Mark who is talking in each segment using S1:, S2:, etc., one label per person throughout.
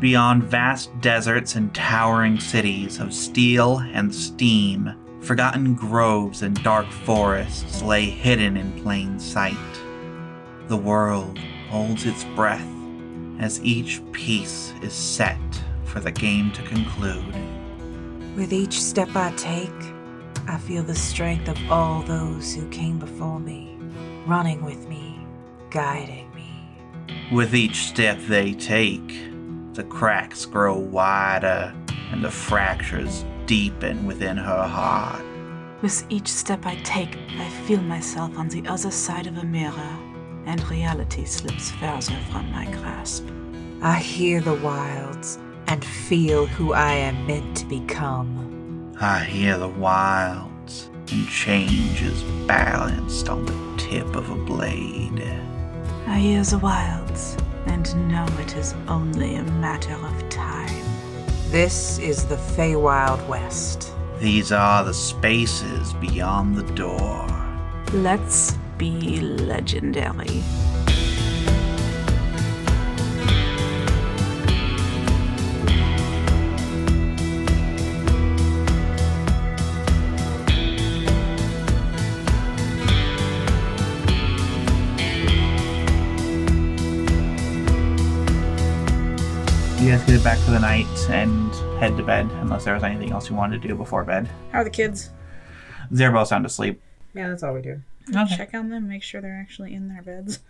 S1: beyond vast deserts and towering cities of steel and steam, forgotten groves and dark forests lay hidden in plain sight. The world holds its breath as each piece is set for the game to conclude.
S2: With each step I take, I feel the strength of all those who came before me, running with me, guiding me.
S1: With each step they take, the cracks grow wider and the fractures deepen within her heart.
S3: With each step I take, I feel myself on the other side of a mirror, and reality slips further from my grasp.
S2: I hear the wilds and feel who I am meant to become.
S1: I hear the wilds, and change is balanced on the tip of a blade.
S3: I hear the wilds, and know it is only a matter of time.
S2: This is the Feywild West.
S1: These are the spaces beyond the door.
S3: Let's be legendary.
S1: You guys get back for the night and head to bed, unless there was anything else you wanted to do before bed.
S4: How are the kids?
S1: They're both sound asleep.
S4: Yeah, that's all we do.
S1: Okay.
S4: Check on them, make sure they're actually in their beds.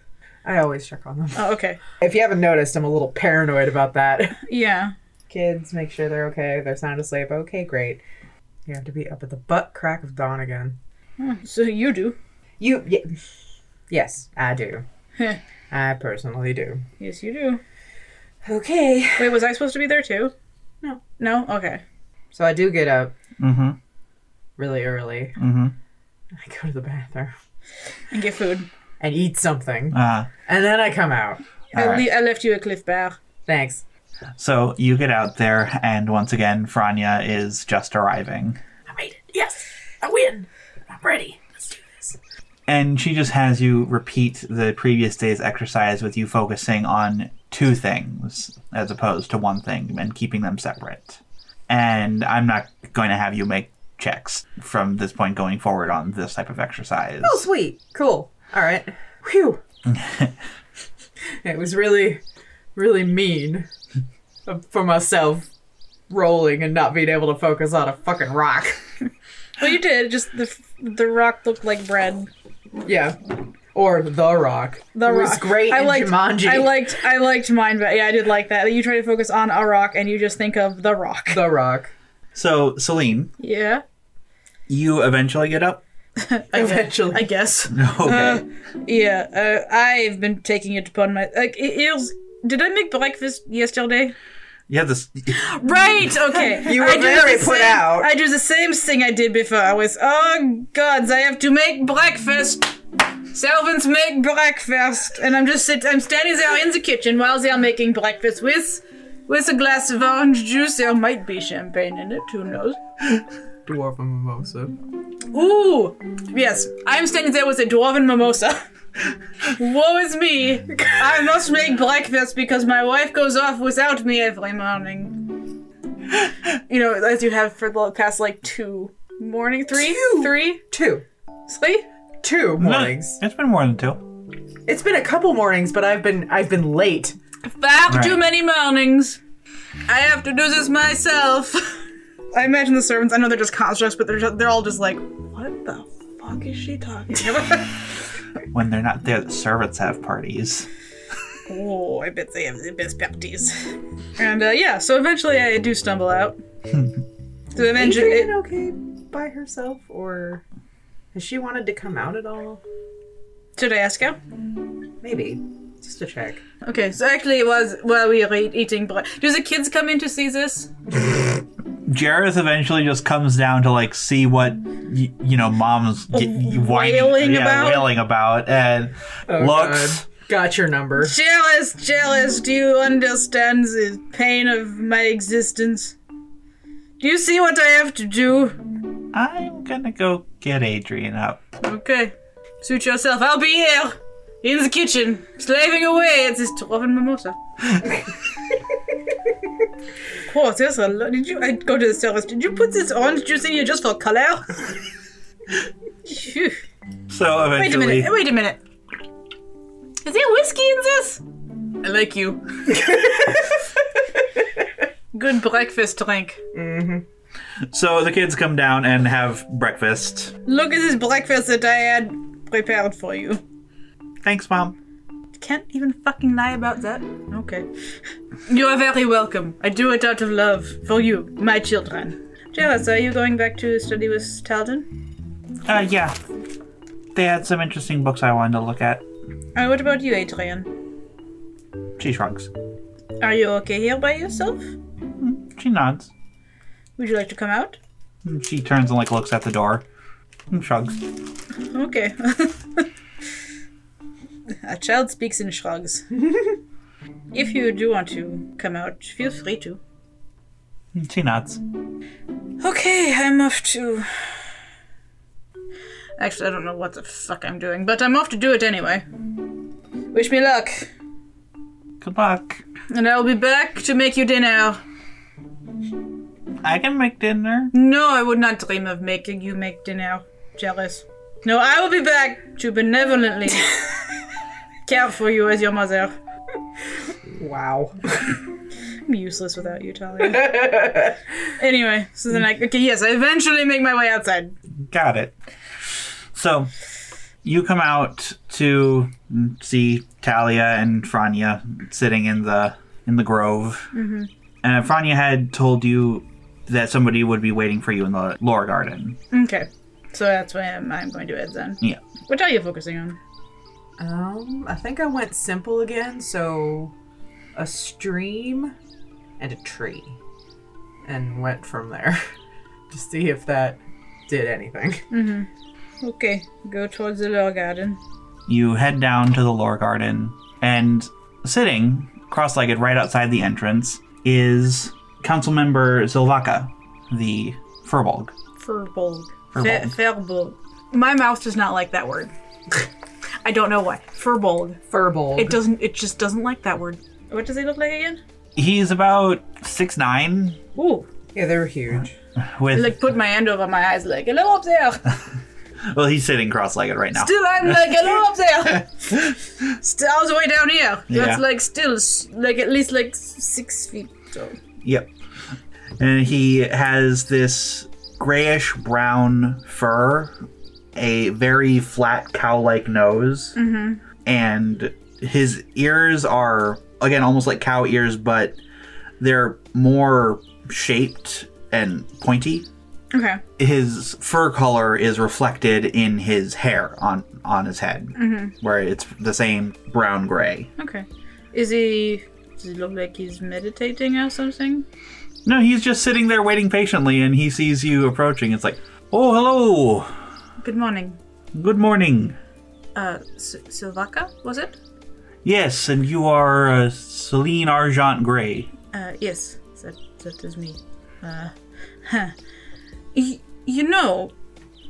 S5: I always check on them.
S4: Oh, okay.
S5: If you haven't noticed, I'm a little paranoid about that.
S4: Yeah.
S5: Kids, make sure they're okay. They're sound asleep. Okay, great. You have to be up at the butt crack of dawn again.
S4: Hmm, So you do.
S5: You, y- yes, I do. I personally do.
S4: Yes, you do.
S5: Okay.
S4: Wait, was I supposed to be there too?
S5: No.
S4: No? Okay.
S5: So I do get up
S1: Mm-hmm.
S5: really early.
S1: Mm-hmm.
S5: I go to the bathroom
S4: And get food.
S5: and eat something,
S1: Uh,
S5: and then I come out.
S4: I,
S1: All right.
S4: le- I left you a cliff bar.
S5: Thanks.
S1: so you get out there, and once again, Franya is just arriving.
S5: I made it. Yes, I win. I'm ready. Let's do this.
S1: And she just has you repeat the previous day's exercise with you focusing on two things as opposed to one thing and keeping them separate. And I'm not going to have you make checks from this point going forward on this type of exercise.
S5: Oh, sweet. Cool. All right. Whew. it was really, really mean for myself rolling and not being able to focus on a fucking rock.
S4: Well, you did. Just the f- the rock looked like bread.
S5: Yeah. Or the rock.
S4: The
S5: it
S4: rock
S5: was great
S4: I
S5: in
S4: liked.
S5: Jumanji.
S4: I liked. I liked mine, but yeah, I did like that. You try to focus on a rock, and you just think of the rock.
S5: the rock.
S1: So, Celine,
S4: Yeah.
S1: you eventually get up?
S5: Eventually.
S4: I guess.
S5: Uh,
S1: Okay.
S4: Yeah. Uh, I've been taking it upon my like. It, it was, did I make breakfast yesterday?
S1: you have this.
S4: Right. Okay.
S5: You were
S4: do
S5: very
S4: the
S5: put
S4: same-
S5: out.
S4: I do the same thing I did before. I was, oh gods, I have to make breakfast. Servants make breakfast, and I'm just sit. I'm standing there in the kitchen while they are making breakfast with, with a glass of orange juice. There might be champagne in it. Who knows?
S5: Dwarf and mimosa.
S4: Ooh, yes. I'm standing there with a dwarven mimosa. Woe is me! I must make breakfast because my wife goes off without me every morning. You know, as you have for the past like two morning, three,
S5: Two?
S4: three,
S5: Two.
S4: three.
S5: Two
S1: No,
S5: mornings.
S1: it's been more than two.
S5: It's been a couple mornings, but I've been I've been late.
S4: Far too
S1: Right.
S4: many mornings. I have to do this myself. I imagine the servants. I know they're just constructs, but they're just, they're all just like, what the fuck is she talking about?
S1: When they're not there, the servants have parties.
S4: Oh, I bet they have the best bounties. And uh, yeah, so eventually I do stumble out. so eventually,
S5: okay. by herself, or has she wanted to come out at all?
S4: Should I ask her?
S5: Maybe. Just to check.
S4: Okay, so actually it was while we were eat- eating bread. Do the kids come in to see this?
S1: Jareth eventually just comes down to like see what y- you know mom's g- whining,
S4: Wailing
S1: yeah,
S4: about? Oh,
S1: wailing about, and looks.
S5: God. Got your number.
S4: Jealous, jealous, do you understand the pain of my existence? Do you see what I have to do?
S1: I'm gonna go get Adrian up.
S4: Okay, suit yourself. I'll be here in the kitchen, slaving away at this Trovan mimosa. oh, there's a lot. Did you? I go to the service. Did you put this orange juice in here just for color? Phew.
S1: So
S4: Wait a
S1: eventually,
S4: minute. Wait a minute. Is there whiskey in this? I like you. Good breakfast drink.
S1: so the kids come down and have breakfast.
S4: Look at this breakfast that I had prepared for you.
S1: Thanks, mom.
S4: Can't even fucking lie about that. Okay. You are very welcome. I do it out of love for you, my children. Jealous, are you going back to study with Talden?
S1: Uh, yeah, they had some interesting books I wanted to look at.
S4: And Uh, what about you, Adrian?
S1: She shrugs.
S4: Are you okay here by yourself?
S1: She nods.
S4: Would you like to come out?
S1: She turns and like looks at the door. And shrugs.
S4: Okay. A child speaks in shrugs. if you do want to come out, feel free to.
S1: She nods.
S4: Okay, I'm off to. Actually, I don't know what the fuck I'm doing, but I'm off to do it anyway. Wish me luck,
S1: Good luck.
S4: and I'll be back to make you dinner.
S1: I can make dinner.
S4: No, I would not dream of making you make dinner. Jealous. No, I will be back to benevolently care for you as your mother.
S5: Wow.
S4: I'm useless without you, Talia. anyway, so then I okay, yes, I eventually make my way outside.
S1: Got it. So you come out to see Talia and Franya sitting in the in the grove. Mm-hmm. And Franya had told you that somebody would be waiting for you in the lore garden.
S4: Okay, so that's where I'm, I'm going to end then.
S1: Yeah.
S4: What are you focusing on?
S5: Um, I think I went simple again, so a stream and a tree. And went from there to see if that did anything.
S4: Okay, go towards the log garden.
S1: You head down to the lore garden and sitting cross-legged right outside the entrance is council member Silvaka, the Furbolg.
S4: Furbolg.
S1: Furbolg.
S4: Fe- Furbolg. My mouth does not like that word. I don't know why. Furbolg.
S5: Furball.
S6: It doesn't. It just doesn't like that word.
S4: What does he look like again?
S1: He's about six nine
S4: Ooh.
S5: yeah, they were huge.
S1: with
S4: I, like put my hand over my eyes like, hello up there.
S1: well he's sitting cross-legged right now.
S4: Still I'm like, hello up there. Still all the way down here.
S1: Yeah.
S4: That's like still s- like at least like s- six feet tall.
S1: Yep. And he has this grayish brown fur, a very flat cow like nose, and his ears are, again, almost like cow ears, but they're more shaped and pointy.
S4: Okay.
S1: His fur color is reflected in his hair on, on his head, where it's the same brown gray.
S4: Okay. Is he does he look like he's meditating or something?
S1: No, he's just sitting there waiting patiently, and he sees you approaching. It's like, oh, hello.
S4: Good morning.
S1: Good morning.
S4: Uh S- Silvaka, was it?
S1: Yes, and you are uh, Celine Argent Grey.
S4: Uh, yes, that that is me. Uh, huh. Y- you know,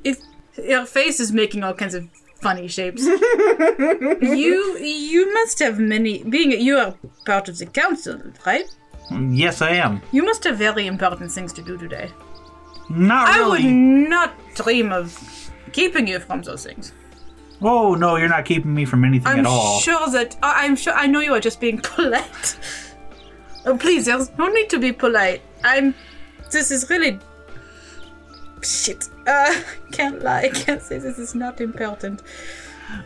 S4: if your face is making all kinds of funny shapes, you you must have many. Being you are part of the council, right?
S1: Yes, I am.
S4: You must have very important things to do today.
S1: Not
S4: I would
S1: really.
S4: not dream of keeping you from those things.
S1: Oh no, you're not keeping me from anything
S4: I'm
S1: at all.
S4: sure that I I'm sure I know you are just being polite. oh please, there's no need to be polite. I'm. This is really. Shit. Uh, can't lie. I can't say this is not important.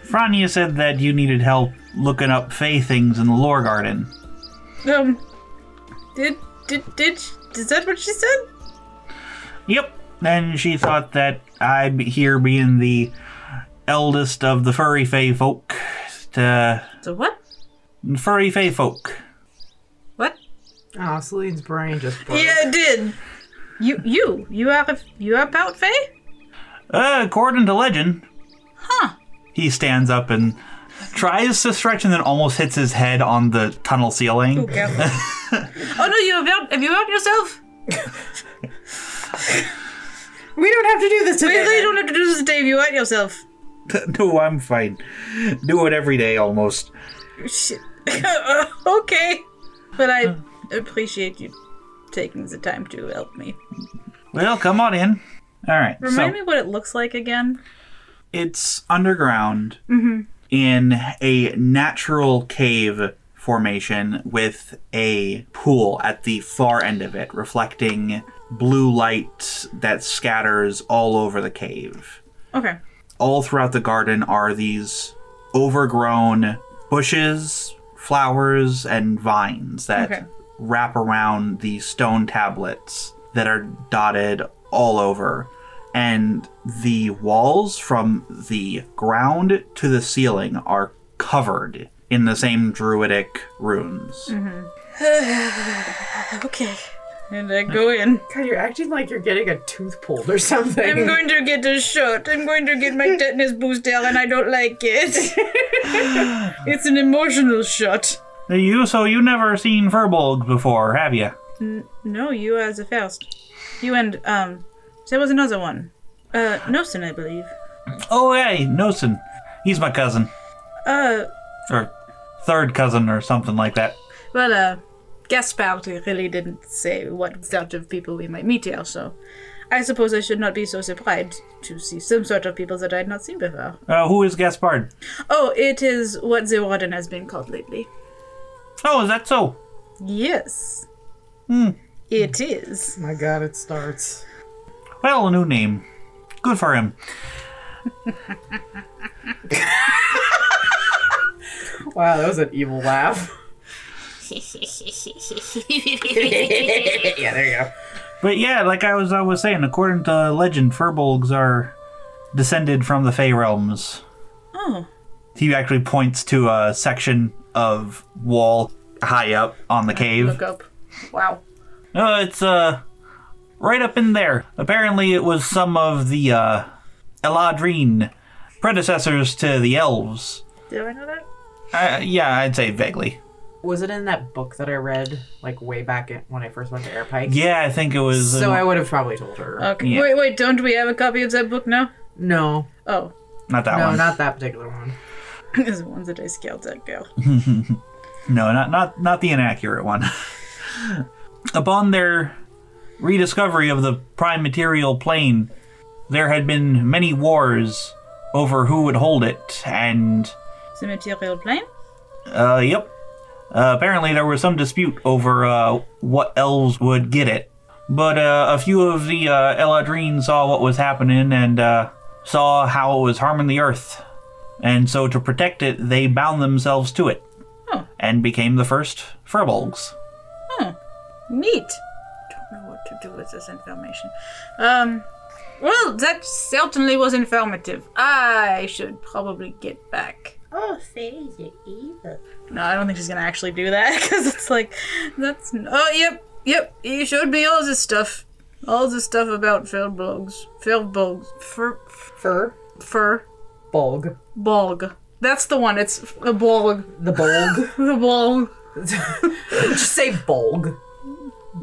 S1: Frania said that you needed help looking up Fey things in the lore garden.
S4: Um. Did did did is that what she said?
S1: Yep. and she thought that I, be- here being the eldest of the furry fey folk, to
S4: So what?
S1: furry fey folk.
S4: What?
S5: Oh, Celine's brain just broke.
S4: Yeah, it did. You, you, you are, you are about Faye?
S1: Uh, according to legend,
S4: Huh.
S1: he stands up and tries to stretch and then almost hits his head on the tunnel ceiling.
S4: oh no, you about? Have you out yourself?
S5: We don't have to do this
S4: You
S5: today.
S4: really don't have to do this, Dave. You out yourself.
S1: no, I'm fine. Do it every day almost.
S4: Shit. okay, but I appreciate you taking the time to help me.
S1: Well, come on in. All right.
S4: Remind
S1: so
S4: me what it looks like again.
S1: it's underground
S4: Mm-hmm.
S1: in a natural cave formation with a pool at the far end of it, reflecting blue light that scatters all over the cave.
S4: Okay.
S1: all throughout the garden are these overgrown bushes, flowers, and vines that
S4: Okay.
S1: wrap around the stone tablets that are dotted all over. And the walls from the ground to the ceiling are covered in the same druidic runes.
S4: Okay. And I go in.
S5: God, you're acting like you're getting a tooth pulled or something.
S4: I'm going to get a shot. I'm going to get my tetanus booster, and I don't like it. it's an emotional shot.
S1: You so you never seen Furbolg before, have you?
S4: No, you are the first. You and um, there was another one. Uh, Nosen, I believe.
S1: Oh hey, Nosen. He's my cousin.
S4: Uh,
S1: or third cousin or something like that.
S4: well, uh, Gaspard really didn't say what sort of people we might meet here, so I suppose I should not be so surprised to see some sort of people that I had not seen before.
S1: Uh, who is Gaspard?
S4: Oh, it is what the warden has been called lately.
S1: Oh, is that so?
S4: Yes.
S1: Hmm.
S4: It is.
S5: Oh my God, it starts.
S1: Well, a new name. Good for him.
S5: Wow, that was an evil laugh. yeah, there you go.
S1: But yeah, like I was I was saying, according to legend, Furbolgs are descended from the Fey realms.
S4: Oh.
S1: He actually points to a section of wall high up on the cave.
S4: Look up. Wow.
S1: No, it's uh right up in there. Apparently, it was some of the uh, Eladrine predecessors to the elves.
S4: Did I know that?
S1: Uh, yeah, I'd say vaguely.
S5: Was it in that book that I read, like way back in, when I first went to Air Pike?
S1: Yeah, I think it was.
S5: So
S1: uh,
S5: I would have probably told her.
S4: Okay.
S1: Yeah.
S4: Wait, wait, don't we have a copy of that book now?
S5: no,
S4: Oh,
S1: not that
S5: no,
S1: one.
S5: not that particular one.
S4: it's the one that I scaled that girl.
S1: no, not not not the inaccurate one. Upon their rediscovery of the prime material plane, there had been many wars over who would hold it, and
S4: The material plane?
S1: uh, yep. Uh, apparently, there was some dispute over uh, what elves would get it, but uh, a few of the uh, Eladrine saw what was happening and uh, saw how it was harming the Earth, and so to protect it, they bound themselves to it
S4: Oh.
S1: and became the first Furbolgs.
S4: Oh, neat. Don't know what to do with this information. Um, well, that certainly was informative. I should probably get back.
S7: Oh, Faye's are evil.
S4: No, I don't think she's gonna actually do that because it's like, that's oh yep yep. You showed me all this stuff, all this stuff about Feldbogs, Feldbogs, fur
S5: Fur,
S4: fur
S5: bulg,
S4: bog. That's the one. It's a bog,
S5: the bulg.
S4: a bog,
S5: Just say bulg.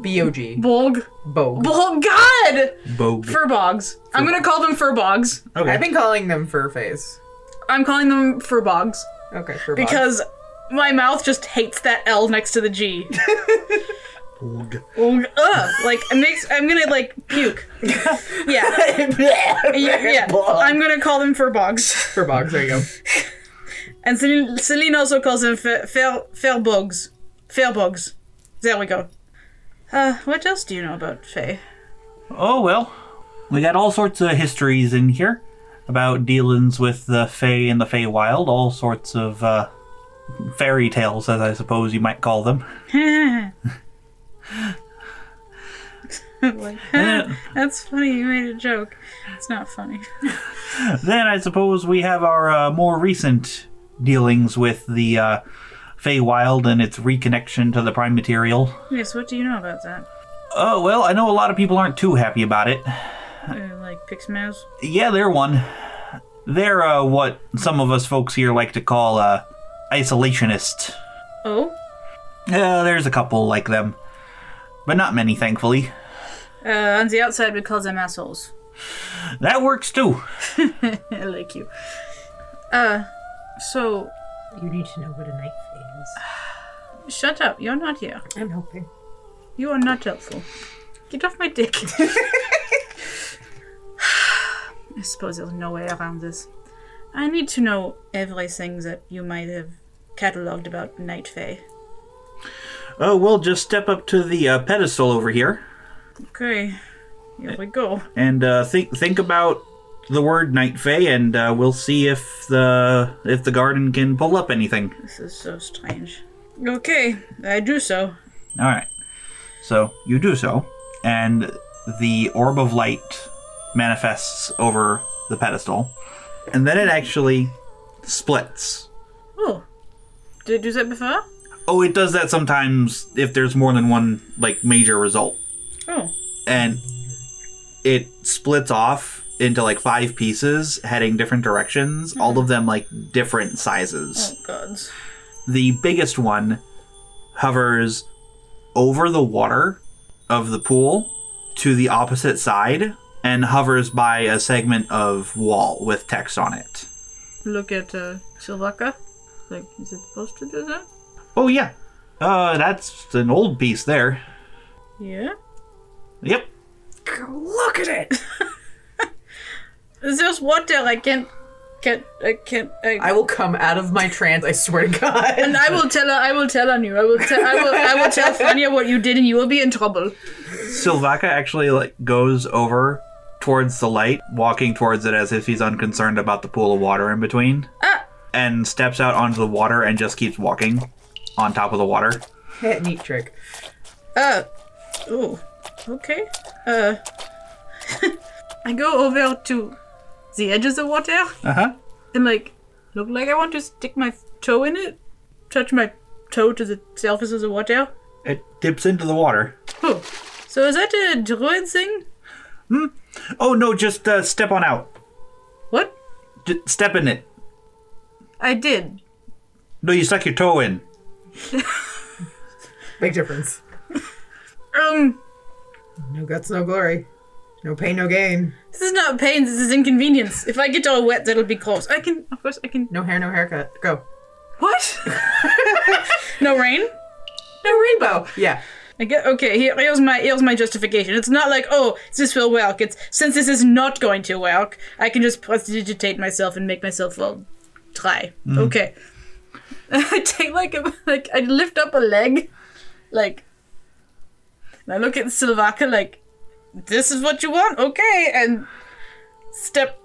S5: B O G.
S4: bog,
S5: Bog.
S4: bog. God,
S1: Bogue.
S4: fur bogs. I'm gonna call them fur bogs.
S5: I've been calling them fur face.
S4: I'm calling them fur bogs.
S5: Okay, fur bog.
S4: because my mouth just hates that L next to the G. Ugh, ugh, like it makes I'm gonna like puke. Yeah, yeah, yeah. I'm gonna call them fur bogs,
S5: fur bogs. There you go.
S4: and Celine, Celine also calls them fair fair bogs, fair bogs. There we go. Uh, what else do you know about Faye?
S1: Oh well, we got all sorts of histories in here about dealings with the Fey and the Feywild, all sorts of uh, fairy tales, as I suppose you might call them.
S4: like,
S1: Eh,
S4: that's funny. You made a joke. It's not funny.
S1: Then I suppose we have our uh, more recent dealings with the uh, Feywild and its reconnection to the prime material.
S4: Yes. What do you know about that?
S1: Oh well, I know a lot of people aren't too happy about it.
S4: Uh, like Pixmouse?
S1: Yeah, they're one. They're uh, what some of us folks here like to call uh, isolationists.
S4: Oh.
S1: Yeah, there's a couple like them, but not many, thankfully.
S4: Uh, on the outside, we call them assholes.
S1: That works too.
S4: I like you. Uh, so
S7: You need to know what a knife is.
S4: shut up. You're not here.
S7: I'm helping.
S4: You are not helpful. Get off my dick. I suppose there's no way around this. I need to know everything that you might have catalogued about Night Fae.
S1: Oh, we'll just step up to the uh, pedestal over here
S4: Okay, here we go.
S1: and uh, think think about the word night fay, and uh, we'll see if the if the garden can pull up anything.
S4: This is so strange. Okay, I do so.
S1: All right. So you do so, and the orb of light manifests over the pedestal, and then it actually splits.
S4: Oh, did I do that before?
S1: Oh, it does that sometimes if there's more than one like major result,
S4: Oh,
S1: and it splits off into like five pieces heading different directions, all of them like different sizes.
S4: oh gods.
S1: the biggest one hovers over the water of the pool to the opposite side and hovers by a segment of wall with text on it.
S4: Look at uh, Silvaka. Like, is it supposed to do that?
S1: Oh yeah. Uh that's an old piece there.
S4: Yeah.
S1: Yep.
S4: Look at it. There's water. I can't. Can't. I can't. I,
S5: I will come out of my trance, I swear to God.
S4: and I will tell her. I will tell on you. I will tell. I will. I will tell Fania what you did, and you will be in trouble.
S1: Silvaka actually like goes over towards the light, walking towards it as if he's unconcerned about the pool of water in between.
S4: Ah.
S1: And steps out onto the water and just keeps walking on top of the water.
S5: Hey, Neat trick.
S4: Uh. Oh. Okay. Uh. I go over to the edge of the water
S1: Uh-huh.
S4: and like look like I want to stick my toe in it, touch my toe to the surface of the water.
S1: It dips into the water.
S4: Oh. So is that a druid thing?
S1: Oh no, just uh, step on out.
S4: What?
S1: J- step in it.
S4: I did.
S1: No, you stuck your toe in.
S5: Big difference.
S4: Um.
S5: No guts, no glory. No pain, no gain.
S4: This is not pain. This is inconvenience. If I get all wet, that'll be gross. I can, of course, I can.
S5: No hair, no haircut. Go.
S4: What? no rain.
S5: No rainbow. Yeah.
S4: I get okay. Here, here's my here's my justification. It's not like oh this will work. It's since this is not going to work, I can just prestidigitate myself and make myself well try. Okay. I take like a like I lift up a leg, like. And I look at Silvaka like, this is what you want, okay, and step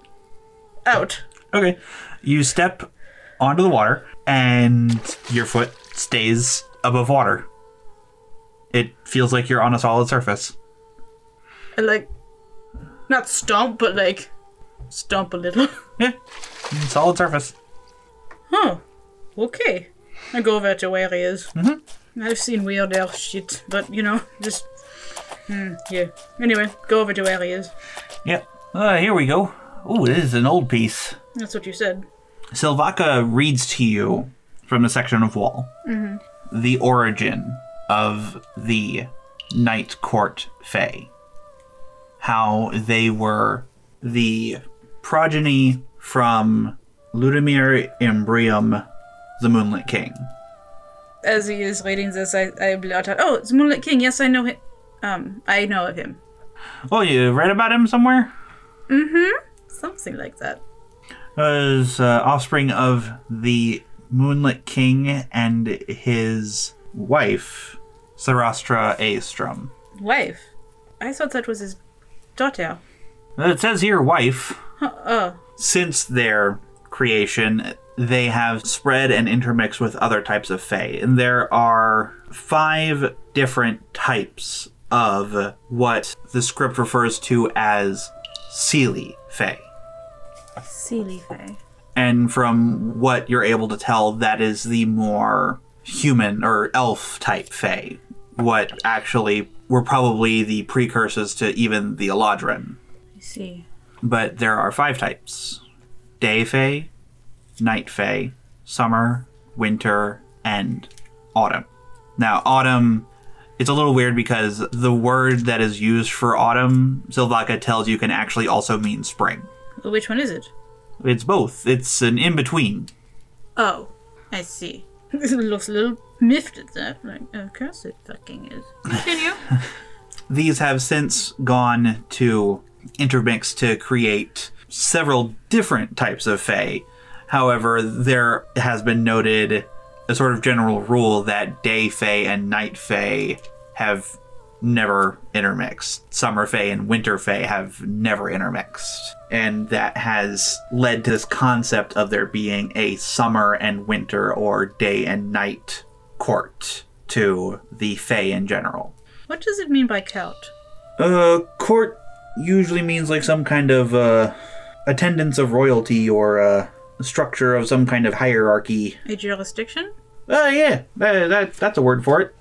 S4: out.
S1: Okay. You step onto the water, and your foot stays above water. It feels like you're on a solid surface.
S4: and like not stomp but like stomp a little
S1: Yeah, solid surface.
S4: huh okay i go over to where he is mm-hmm. i've seen weirder shit but you know just hmm, yeah anyway go over to where he is
S1: Yep. Uh, here we go. Ooh, this is an old piece.
S4: that's what you said
S1: Silvaka reads to you from the section of wall the origin of the Night Court Fae. How they were the progeny from Ludimir Imbrium, the Moonlit King.
S4: as he is reading this i, I blurt out oh it's moonlit king yes i know him um i know of him
S1: Oh, you read about him somewhere?
S4: something like that
S1: was uh, offspring of the Moonlit King and his wife, Sarastra Aestrom.
S4: wife i thought that was his daughter
S1: It says here, wife.
S4: oh
S1: since their creation, they have spread and intermixed with other types of fae. And there are five different types of what the script refers to as Seelie Fae.
S4: Seely Fae.
S1: And from what you're able to tell, that is the more human or elf type Fae. What actually were probably the precursors to even the Eladrin.
S4: I see.
S1: But there are five types day Fae, night Fae, summer, winter, and autumn. Now, autumn, it's a little weird because the word that is used for autumn, Silvaka tells you, can actually also mean spring.
S4: Which one is it?
S1: It's both, it's an in between.
S4: Oh, I see. Looks a little miffed at that. Like, of course it fucking is. Continue.
S1: These have since gone to intermix to create several different types of Fae. However, there has been noted a sort of general rule that day Fae and night Fae have never intermixed. Summer Fae and winter Fae have never intermixed. And that has led to this concept of there being a summer and winter or day and night court to the Fae in general.
S4: what does it mean by count?
S1: Uh, court usually means like some kind of uh, attendance of royalty or uh, structure of some kind of hierarchy.
S4: A jurisdiction?
S1: Oh yeah, that, that that's a word for it.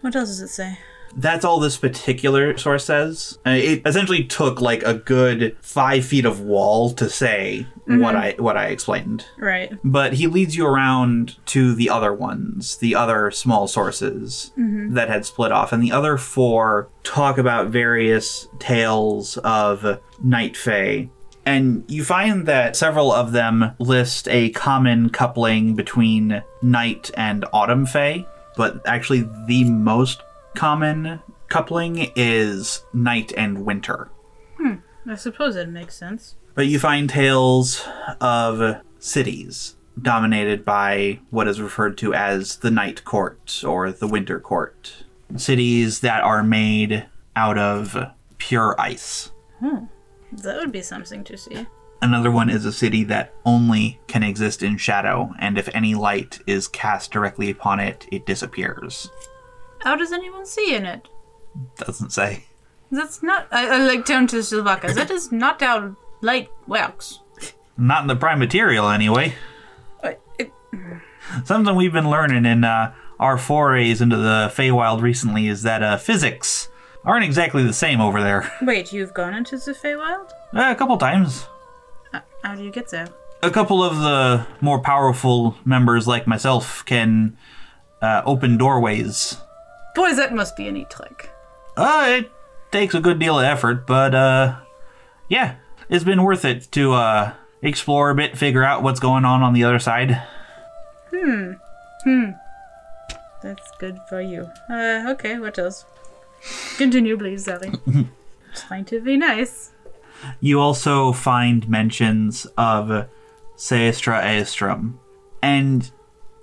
S4: What else does it say?
S1: That's all this particular source says. Uh, It essentially took like a good five feet of wall to say what I what I explained.
S4: Right.
S1: But he leads you around to the other ones, the other small sources that had split off. And the other four talk about various tales of Night Fae. And you find that several of them list a common coupling between Night and Autumn Fae, but actually the most common coupling is Night and Winter.
S4: I suppose that makes sense.
S1: But you find tales of cities dominated by what is referred to as the Night Court or the Winter Court. Cities that are made out of pure ice.
S4: That would be something to see.
S1: Another one is a city that only can exist in shadow, and if any light is cast directly upon it, it disappears.
S4: How does anyone see in it?
S1: Doesn't say.
S4: That's not. I, I like turn to Silvaka. That is not how light works.
S8: Not in the prime material, anyway.
S4: Uh, it-
S8: Something we've been learning in uh, our forays into the Feywild recently is that uh, physics aren't exactly the same over there.
S4: Wait, you've gone into the Feywild?
S8: Uh, a couple times.
S4: Uh, how do you get there?
S8: a couple of the more powerful members like myself can uh, open doorways.
S4: Boy, that must be a neat trick.
S8: Uh, it takes a good deal of effort, but uh, yeah, it's been worth it to uh, explore a bit, figure out what's going on on the other side.
S4: That's good for you. Uh, okay, what else? Continue, please, Sally. Trying to be nice.
S8: You also find mentions of Seistra Aestrum, and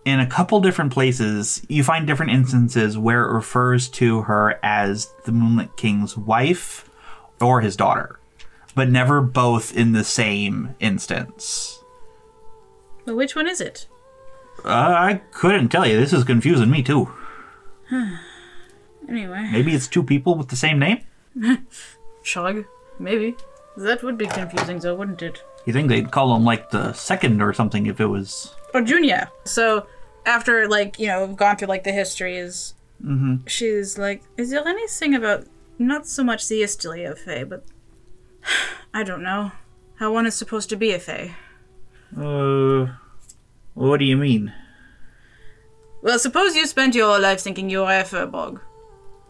S8: in a couple different places, you find different instances where it refers to her as the Moonlit King's wife or his daughter, but never both in the same instance.
S4: But which one is it?
S8: Uh, I couldn't tell you. This is confusing me too.
S4: Anyway.
S8: Maybe it's two people with the same name.
S4: Chug? Maybe. That would be confusing, though, wouldn't it?
S8: You think they'd call him like the second or something if it was
S4: Or Junior. So, after, like, you know, gone through, like, the histories, she's like, is there anything about not so much the history of Fae, but I don't know how one is supposed to be a Fae?
S8: uh, what do you mean?
S4: Well, suppose you spent your whole life thinking you were a Furbog,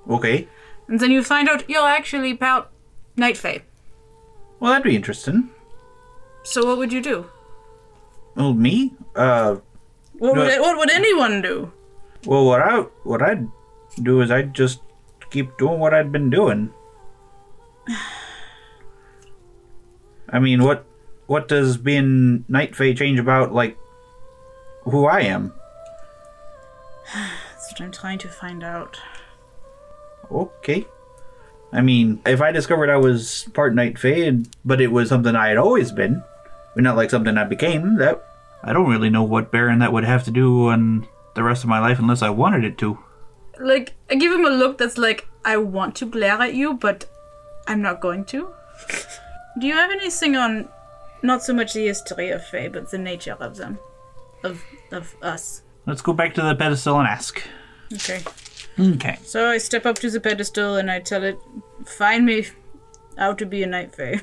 S1: Okay.
S4: and then you find out you're actually about Night Fae.
S1: Well, that'd be interesting.
S4: So what would you do?
S1: Well, me? Uh,
S4: What
S1: No.
S4: would, what would anyone do?
S1: well, what I what I'd do is I'd just keep doing what I'd been doing. I mean, what what does being Night Fae change about like who I am?
S4: That's what I'm trying to find out.
S1: Okay. I mean, if I discovered I was part Night Fae, and- but it was something I had always been, but not like something I became, that
S8: I don't really know what bearing that would have to do on the rest of my life unless I wanted it to.
S4: Like, I give him a look that's like, I want to glare at you, but I'm not going to. Do you have anything on not so much the history of Fae, but the nature of them? Of of us.
S1: Let's go back to the pedestal and ask.
S4: Okay.
S1: Okay.
S4: So I step up to the pedestal and I tell it, find me how to be a night fae.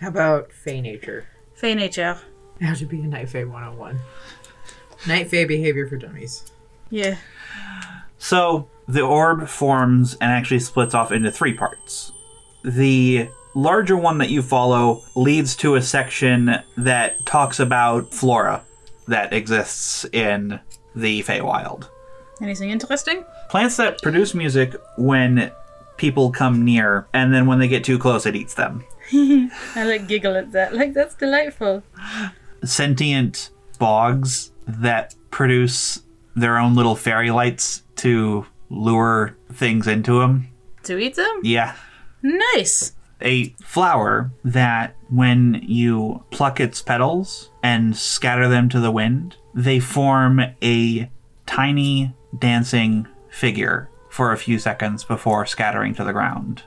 S5: How about Fey Nature?
S4: Fae nature.
S5: How to be a Night Fae 101. Night Fae behavior for dummies.
S4: Yeah.
S1: So the orb forms and actually splits off into three parts. The larger one that you follow leads to a section that talks about flora that exists in the Feywild.
S4: Anything interesting?
S1: Plants that produce music when people come near, and then when they get too close, it eats them.
S4: I like giggle at that. Like that's delightful.
S1: Sentient bogs that produce their own little fairy lights to lure things into them.
S4: To eat them?
S1: Yeah.
S4: Nice.
S1: a flower that when you pluck its petals and scatter them to the wind, they form a tiny dancing figure for a few seconds before scattering to the ground.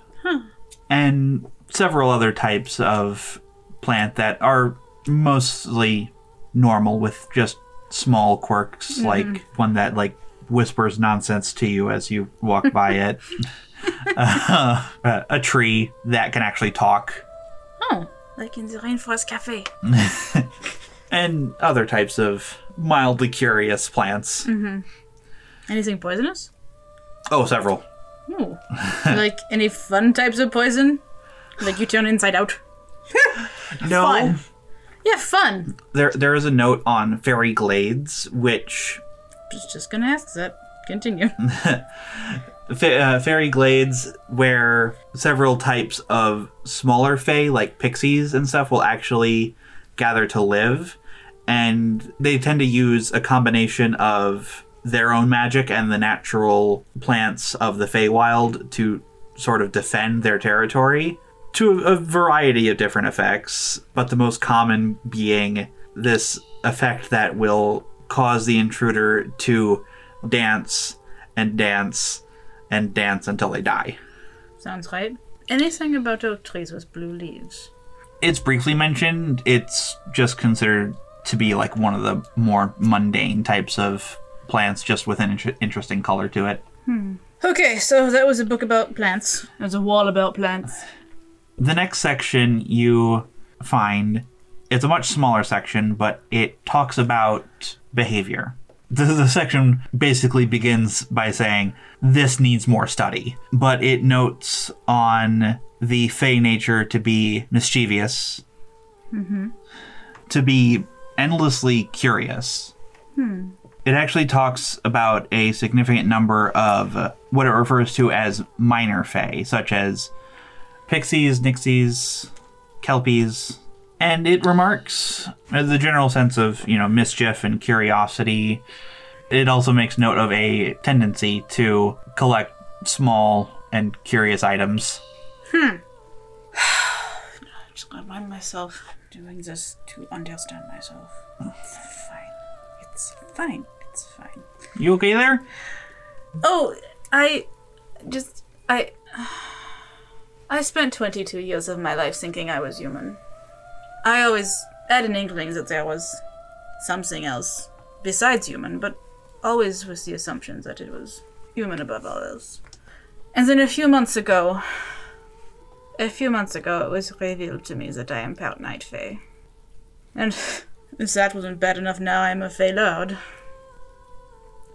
S1: And several other types of plant that are mostly normal with just small quirks like one that like whispers nonsense to you as you walk by it Uh, a, a tree that can actually talk
S4: Oh. Like in the Rainforest Cafe.
S1: and other types of mildly curious plants.
S4: Anything poisonous?
S1: Oh, several.
S4: Ooh. like any fun types of poison? Like you turn inside out.
S1: No,
S4: Yeah, fun.
S1: there there is a note on fairy glades, which
S4: Just just gonna ask that. Continue.
S1: fa- uh, fairy glades where several types of smaller fae like pixies and stuff will actually gather to live and they tend to use a combination of their own magic and the natural plants of the Feywild to sort of defend their territory to a variety of different effects, but the most common being this effect that will cause the intruder to dance and dance and dance until they die.
S4: Sounds right. Anything about oak trees with blue leaves?
S1: It's briefly mentioned, it's just considered to be like one of the more mundane types of plants, just with an inter- interesting color to it.
S4: Okay, so that was a book about plants. There's a wall about plants.
S1: The next section you find it's a much smaller section, but it talks about behavior. The, the section basically begins by saying this needs more study, but it notes on the fey nature to be mischievous, to be endlessly curious, it actually talks about a significant number of uh, what it refers to as minor fae, such as pixies, nixies, kelpies, and it remarks uh, the general sense of you know mischief and curiosity. It also makes note of a tendency to collect small and curious items.
S4: Just remind myself doing this to understand myself. It's fine. It's fine. It's fine.
S1: You okay there?
S4: Oh, I just I I spent 22 years of my life thinking I was human. I always had an inkling that there was something else besides human, but always with the assumption that it was human above all else. And then a few months ago, a few months ago, it was revealed to me that I am part Night Fae. And if that wasn't bad enough, now I'm a Fae Lord.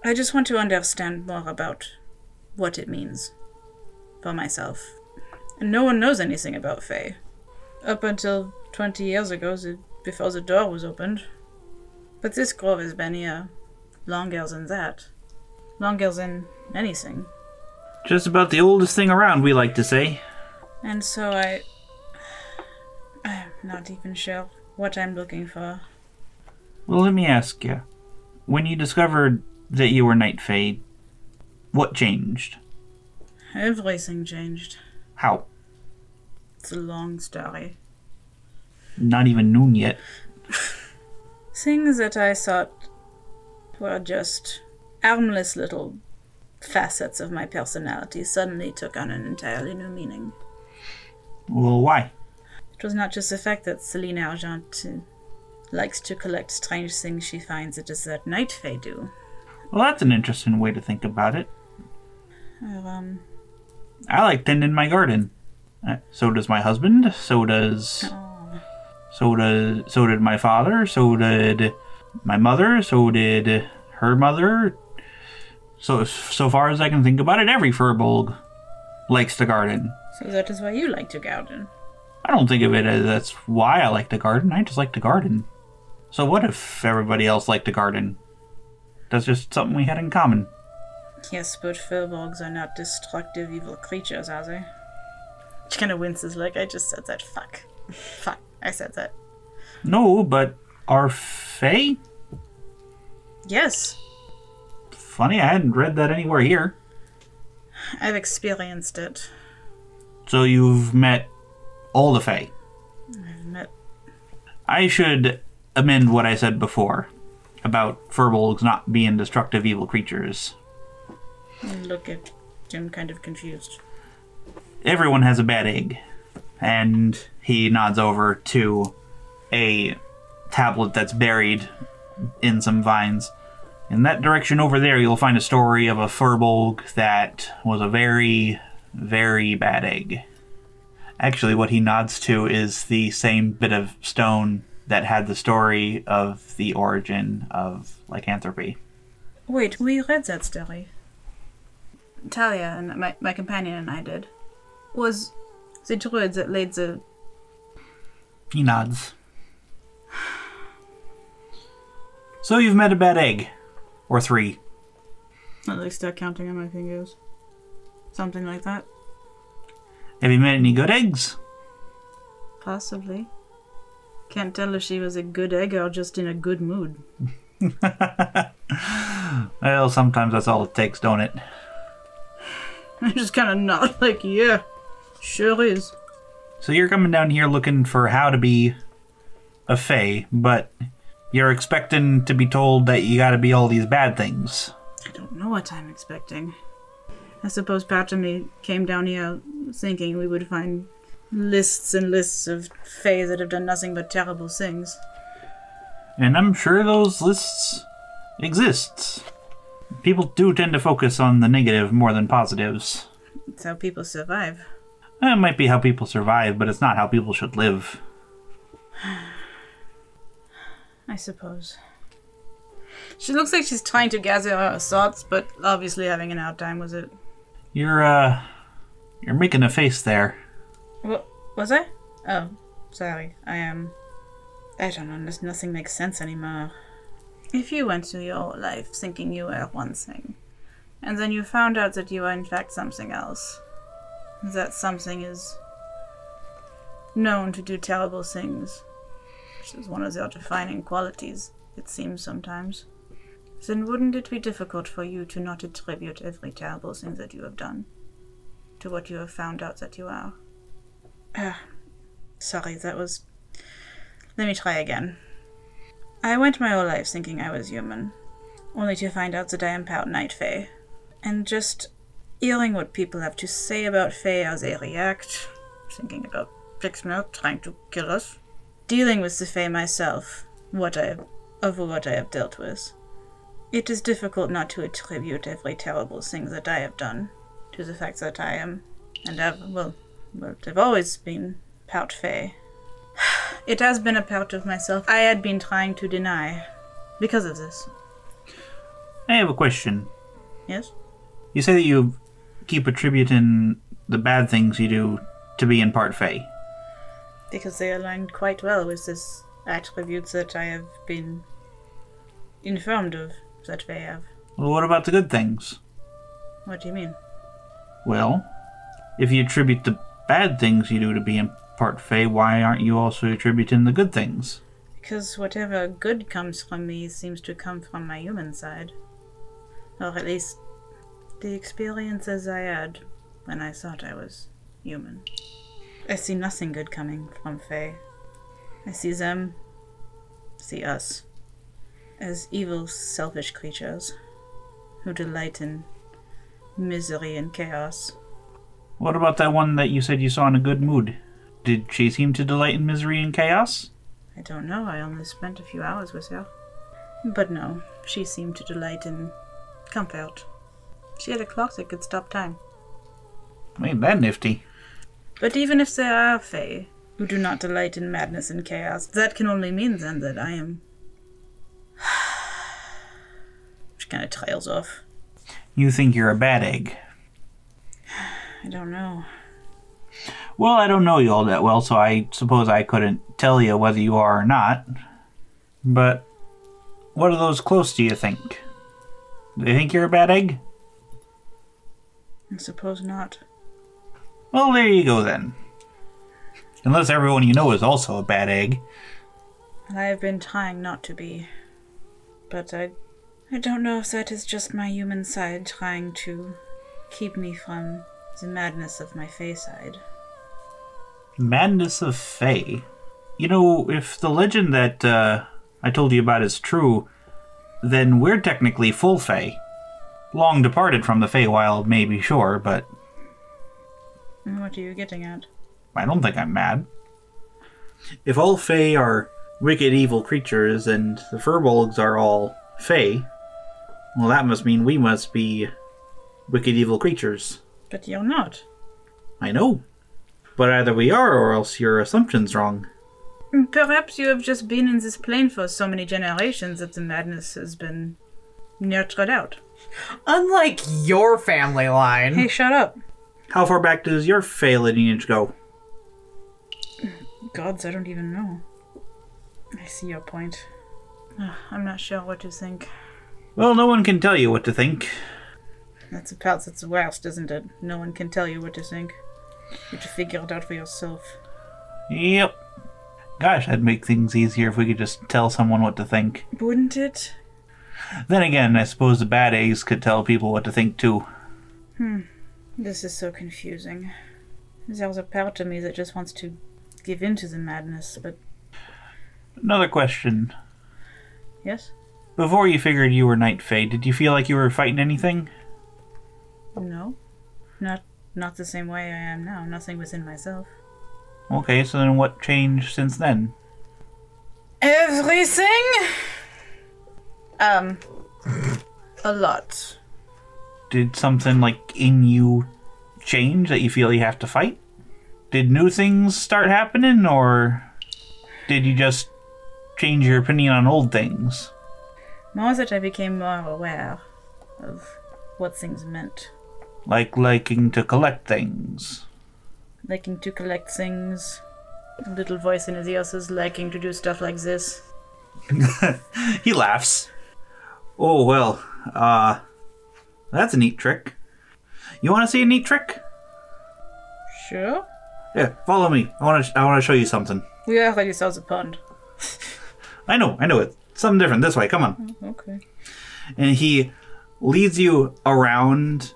S4: I just want to understand more about what it means for myself. And no one knows anything about Fae. Up until 20 years ago, the, before the door was opened. But this grove has been here longer than that. Longer than anything.
S1: Just about the oldest thing around, we like to say.
S4: And so I. I'm not even sure what I'm looking for.
S1: Well, let me ask you. When you discovered that you were Night Fae, what changed?
S4: Everything changed.
S1: How?
S4: It's a long story.
S1: Not even noon yet.
S4: things that I thought were just harmless little facets of my personality suddenly took on an entirely new meaning.
S1: Well, why?
S4: It was not just the fact that Celine Argent uh, likes to collect strange things she finds, it is that Night Fae do.
S1: Well, that's an interesting way to think about it.
S4: Or, um,
S1: I like tending my garden. Uh, So does my husband. So does. So does. So did my father. So did my mother. So did her mother. So so far as I can think about it, every furbolg likes to garden.
S4: so that is why you like to garden.
S1: I don't think of it as that's why I like to garden. I just like to garden. So what if everybody else liked to garden? That's just something we had in common.
S4: Yes, but furbolgs are not destructive evil creatures, are they? She kind of winces, like, I just said that. Fuck. Fuck. I said that.
S1: No, but are fae?
S4: Yes,
S1: Funny, I hadn't read that anywhere here.
S4: I've experienced it.
S1: So you've met all the fae.
S4: I've met.
S1: I should amend what I said before about furbolgs not being destructive evil creatures.
S4: Look at Jim, kind of confused.
S1: everyone has a bad egg. And he nods over to a tablet that's buried in some vines. In that direction over there, you'll find a story of a furbolg that was a very, very bad egg. Actually, what he nods to is the same bit of stone that had the story of the origin of lycanthropy.
S4: Wait, we read that story. Talia and my, my companion and I did. Was the druid that laid the.
S1: He nods. So you've met a bad egg. Or three.
S4: At least start counting on my fingers. Something like that.
S1: Have you met any good eggs?
S4: Possibly. Can't tell if she was a good egg or just in a good mood.
S1: Well, sometimes that's all it takes, don't it?
S4: I just kind of nod, like, yeah, sure is.
S1: So you're coming down here looking for how to be a fae, but you're expecting to be told that you gotta be all these bad things.
S4: I don't know what I'm expecting. I suppose part of me came down here thinking we would find lists and lists of fae that have done nothing but terrible things.
S1: And I'm sure those lists exist. People do tend to focus on the negative more than positives.
S4: It's how people survive.
S1: That might be how people survive, but it's not how people should live.
S4: I suppose. She looks like she's trying to gather her thoughts, but obviously having an hard time with it.
S1: You're uh you're making a face there.
S4: What was I? Oh, sorry. I am. I don't know. This nothing makes sense anymore. If you went through your whole life thinking you were one thing, and then you found out that you are in fact something else, that something is known to do terrible things, which is one of their defining qualities, it seems sometimes, then wouldn't it be difficult for you to not attribute every terrible thing that you have done to what you have found out that you are? Sorry, that was. Let me try again. I went my whole life thinking I was human, only to find out that I am part Night Fae. And just hearing what people have to say about Fae, how they react, thinking about Pixmel trying to kill us, dealing with the Fae myself, what I have, over what I have dealt with. It is difficult not to attribute every terrible thing that I have done to the fact that I am, and have, well, well, I've always been Pout Fay. It has been a part of myself I had been trying to deny because of this.
S1: I have a question.
S4: Yes?
S1: You say that you keep attributing the bad things you do to be in part Fae.
S4: Because they aligned quite well with this attributes that I have been informed of that they have.
S1: Well, what about the good things?
S4: What do you mean?
S1: Well, if you attribute the bad things you do to be in part Fae, why aren't you also attributing the good things?
S4: Because whatever good comes from me seems to come from my human side. Or at least the experiences I had when I thought I was human. I see nothing good coming from Fae. I see them, see us, as evil, selfish creatures who delight in misery and chaos.
S1: What about that one that you said you saw in a good mood? Did she seem to delight in misery and chaos?
S4: I don't know, I only spent a few hours with her. But no, she seemed to delight in comfort. She had a clock that could stop time.
S1: Ain't that nifty?
S4: But even if there are Fae who do not delight in madness and chaos, that can only mean then that I am. She kind of trails off.
S1: You think you're a bad egg.
S4: I don't know.
S1: Well, I don't know you all that well, so I suppose I couldn't tell you whether you are or not. But what are those close do you think? They think you're a bad egg?
S4: I suppose not.
S1: Well, there you go then. Unless everyone you know is also a bad egg.
S4: I have been trying not to be. But I. I don't know if that is just my human side trying to keep me from the madness of my Fae side.
S1: Madness of Fae. You know, if the legend that uh, I told you about is true, then we're technically full Fae. Long departed from the Feywild, maybe, sure, but
S4: And What are you getting at?
S1: I don't think I'm mad. If all Fae are wicked, evil creatures, and the Furbolgs are all Fae, well, that must mean we must be wicked, evil creatures.
S4: But you're not.
S1: I know. But either we are, or else your assumption's wrong.
S4: Perhaps you have just been in this plane for so many generations that the madness has been nurtured out.
S5: Unlike your family line.
S4: Hey, shut up.
S1: How far back does your Fae lineage go?
S4: Gods, I don't even know. I see your point. Ugh, Ah, I'm not sure what to think.
S1: Well, no one can tell you what to think.
S4: That's about that's the worst, isn't it? No one can tell you what to think. You have to figure it out for yourself.
S1: Yep. Gosh, that'd make things easier if we could just tell someone what to think.
S4: Wouldn't it?
S1: Then again, I suppose the bad eggs could tell people what to think too.
S4: This is so confusing. There's a part of me that just wants to give in to the madness, but
S1: Another question.
S4: yes?
S1: Before you figured you were Night Fae, did you feel like you were fighting anything?
S4: No. Not not the same way I am now. Nothing within myself.
S1: Okay, so then what changed since then?
S4: Everything? Um a lot.
S1: Did something like in you change that you feel you have to fight? Did new things start happening, or did you just change your opinion on old things?
S4: More that I became more aware of what things meant.
S1: Like liking to collect things?
S4: Liking to collect things. A little voice in his ear says liking to do stuff like this.
S1: He laughs. Oh, well, uh, that's a neat trick. You want to see a neat trick?
S4: Sure.
S1: Yeah, follow me. I want to. I want to show you something.
S4: We already saw the pond.
S1: I know. I know it. Something different. This way. Come
S4: Mm.
S1: on.
S4: Okay.
S1: And he leads you around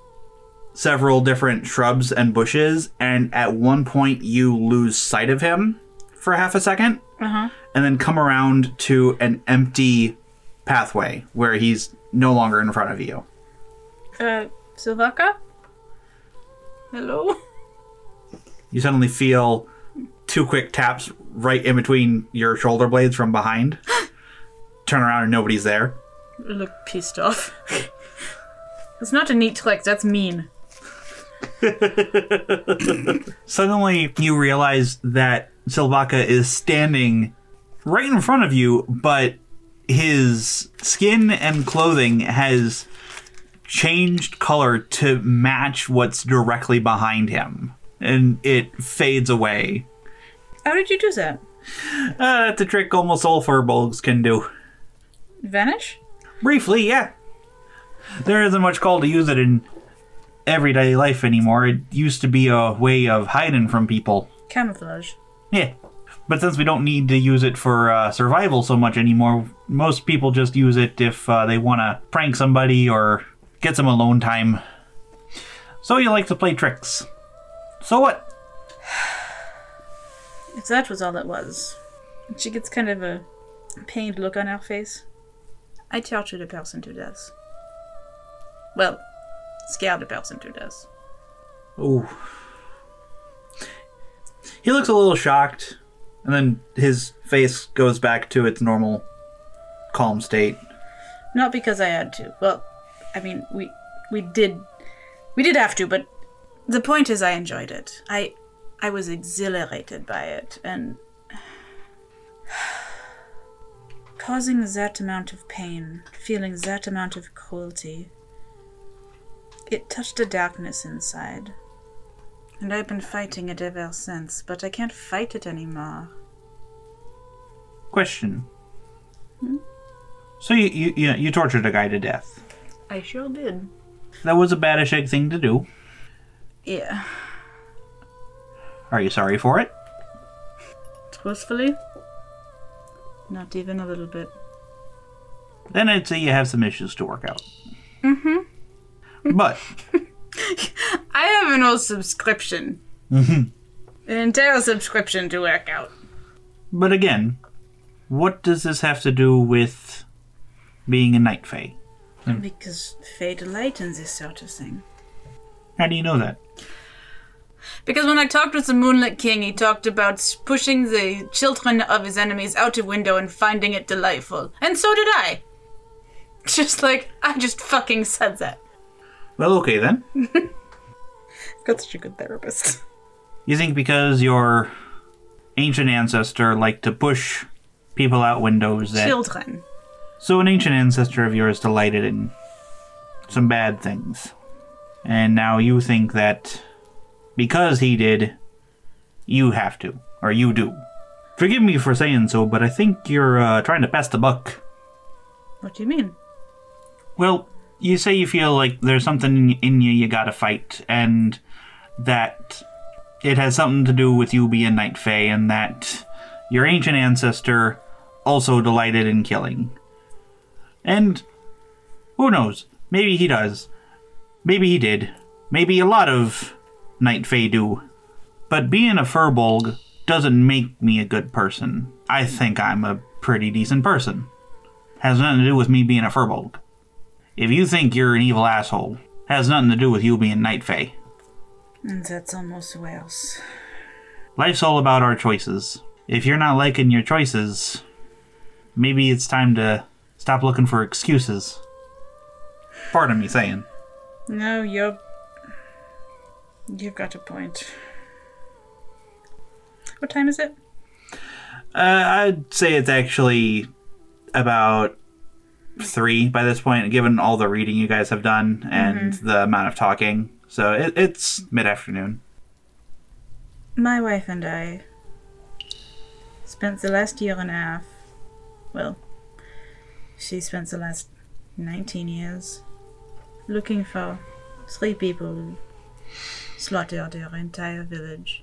S1: several different shrubs and bushes, and at one point you lose sight of him for half a second,
S4: Uh-huh.
S1: and then come around to an empty pathway where he's no longer in front of you.
S4: Uh Silvaka? Hello?
S1: You suddenly feel two quick taps right in between your shoulder blades from behind. Turn around and nobody's there.
S4: Look pissed off. It's not a neat trick, that's mean.
S1: Suddenly, you realize that Silvaka is standing right in front of you, but his skin and clothing has changed color to match what's directly behind him. And it fades away.
S4: How did you do that?
S1: Uh, that's a trick almost all furbolgs can do.
S4: Vanish?
S1: Briefly, yeah. There isn't much call to use it in everyday life anymore. It used to be a way of hiding from people.
S4: Camouflage.
S1: Yeah. But since we don't need to use it for uh, survival so much anymore, most people just use it if uh, they want to prank somebody or get some alone time. So you like to play tricks. So what?
S4: If that was all it was. She gets kind of a pained look on her face. I tortured a person to death. Well, scared person to death.
S1: Ooh.
S9: He looks a little shocked, and then his face goes back to its normal calm state.
S4: Not because I had to. Well, I mean, we we did we did have to, but the point is I enjoyed it. I I was exhilarated by it and causing that amount of pain, feeling that amount of cruelty. It touched a darkness inside. And I've been fighting it ever since, but I can't fight it anymore.
S1: Question. So you, you you you tortured a guy to death.
S10: I sure did.
S1: That was a badish egg thing to do.
S4: Yeah.
S1: Are you sorry for it?
S4: Truthfully? Not even a little bit.
S1: Then I'd say you have some issues to work out. Mm-hmm. But
S4: I have an old subscription. an entire subscription to work out.
S1: but again, what does this have to do with being a night fae?
S4: Because Faye delight in this sort of thing.
S1: How do you know that?
S4: Because when I talked with the Moonlit King, he talked about pushing the children of his enemies out a window and finding it delightful. And so did I. Just like, I just fucking said that.
S1: Well, okay then.
S5: Got such a good therapist.
S1: You think because your ancient ancestor liked to push people out windows that
S4: Children.
S1: So an ancient ancestor of yours delighted in some bad things. And now you think that because he did, you have to, or you do. Forgive me for saying so, but I think you're uh, trying to pass the buck.
S4: What do you mean?
S1: Well, you say you feel like there's something in- in you you gotta fight, and that it has something to do with you being Night Fae, and that your ancient ancestor also delighted in killing. And who knows? Maybe he does. Maybe he did. Maybe a lot of Night Fae do. But being a furbolg doesn't make me a good person. I think I'm a pretty decent person. Has nothing to do with me being a furbolg. If you think you're an evil asshole, has nothing to do with you being Night Fae.
S4: And that's almost worse.
S1: Life's all about our choices. If you're not liking your choices, maybe it's time to stop looking for excuses. Pardon me saying.
S4: No, you're. You've got a point. What time is it?
S9: Uh, I'd say it's actually about three by this point, given all the reading you guys have done and the amount of talking. So it, it's mid afternoon.
S4: My wife and I spent the last year and a half. Well, she spent the last 19 years looking for three people who slaughtered their entire village.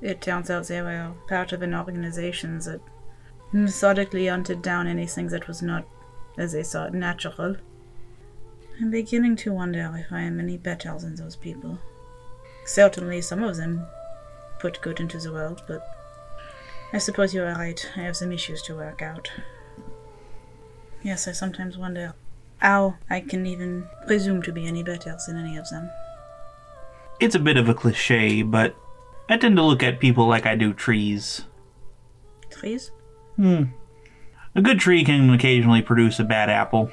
S4: It turns out they were part of an organization that methodically hunted down anything that was not, as they saw it, natural. I'm beginning to wonder if I am any better than those people. Certainly, some of them put good into the world, but I suppose you are right. I have some issues to work out. Yes, I sometimes wonder how I can even presume to be any better than any of them.
S1: It's a bit of a cliche, but I tend to look at people like I do trees.
S4: Trees?
S1: A good tree can occasionally produce a bad apple,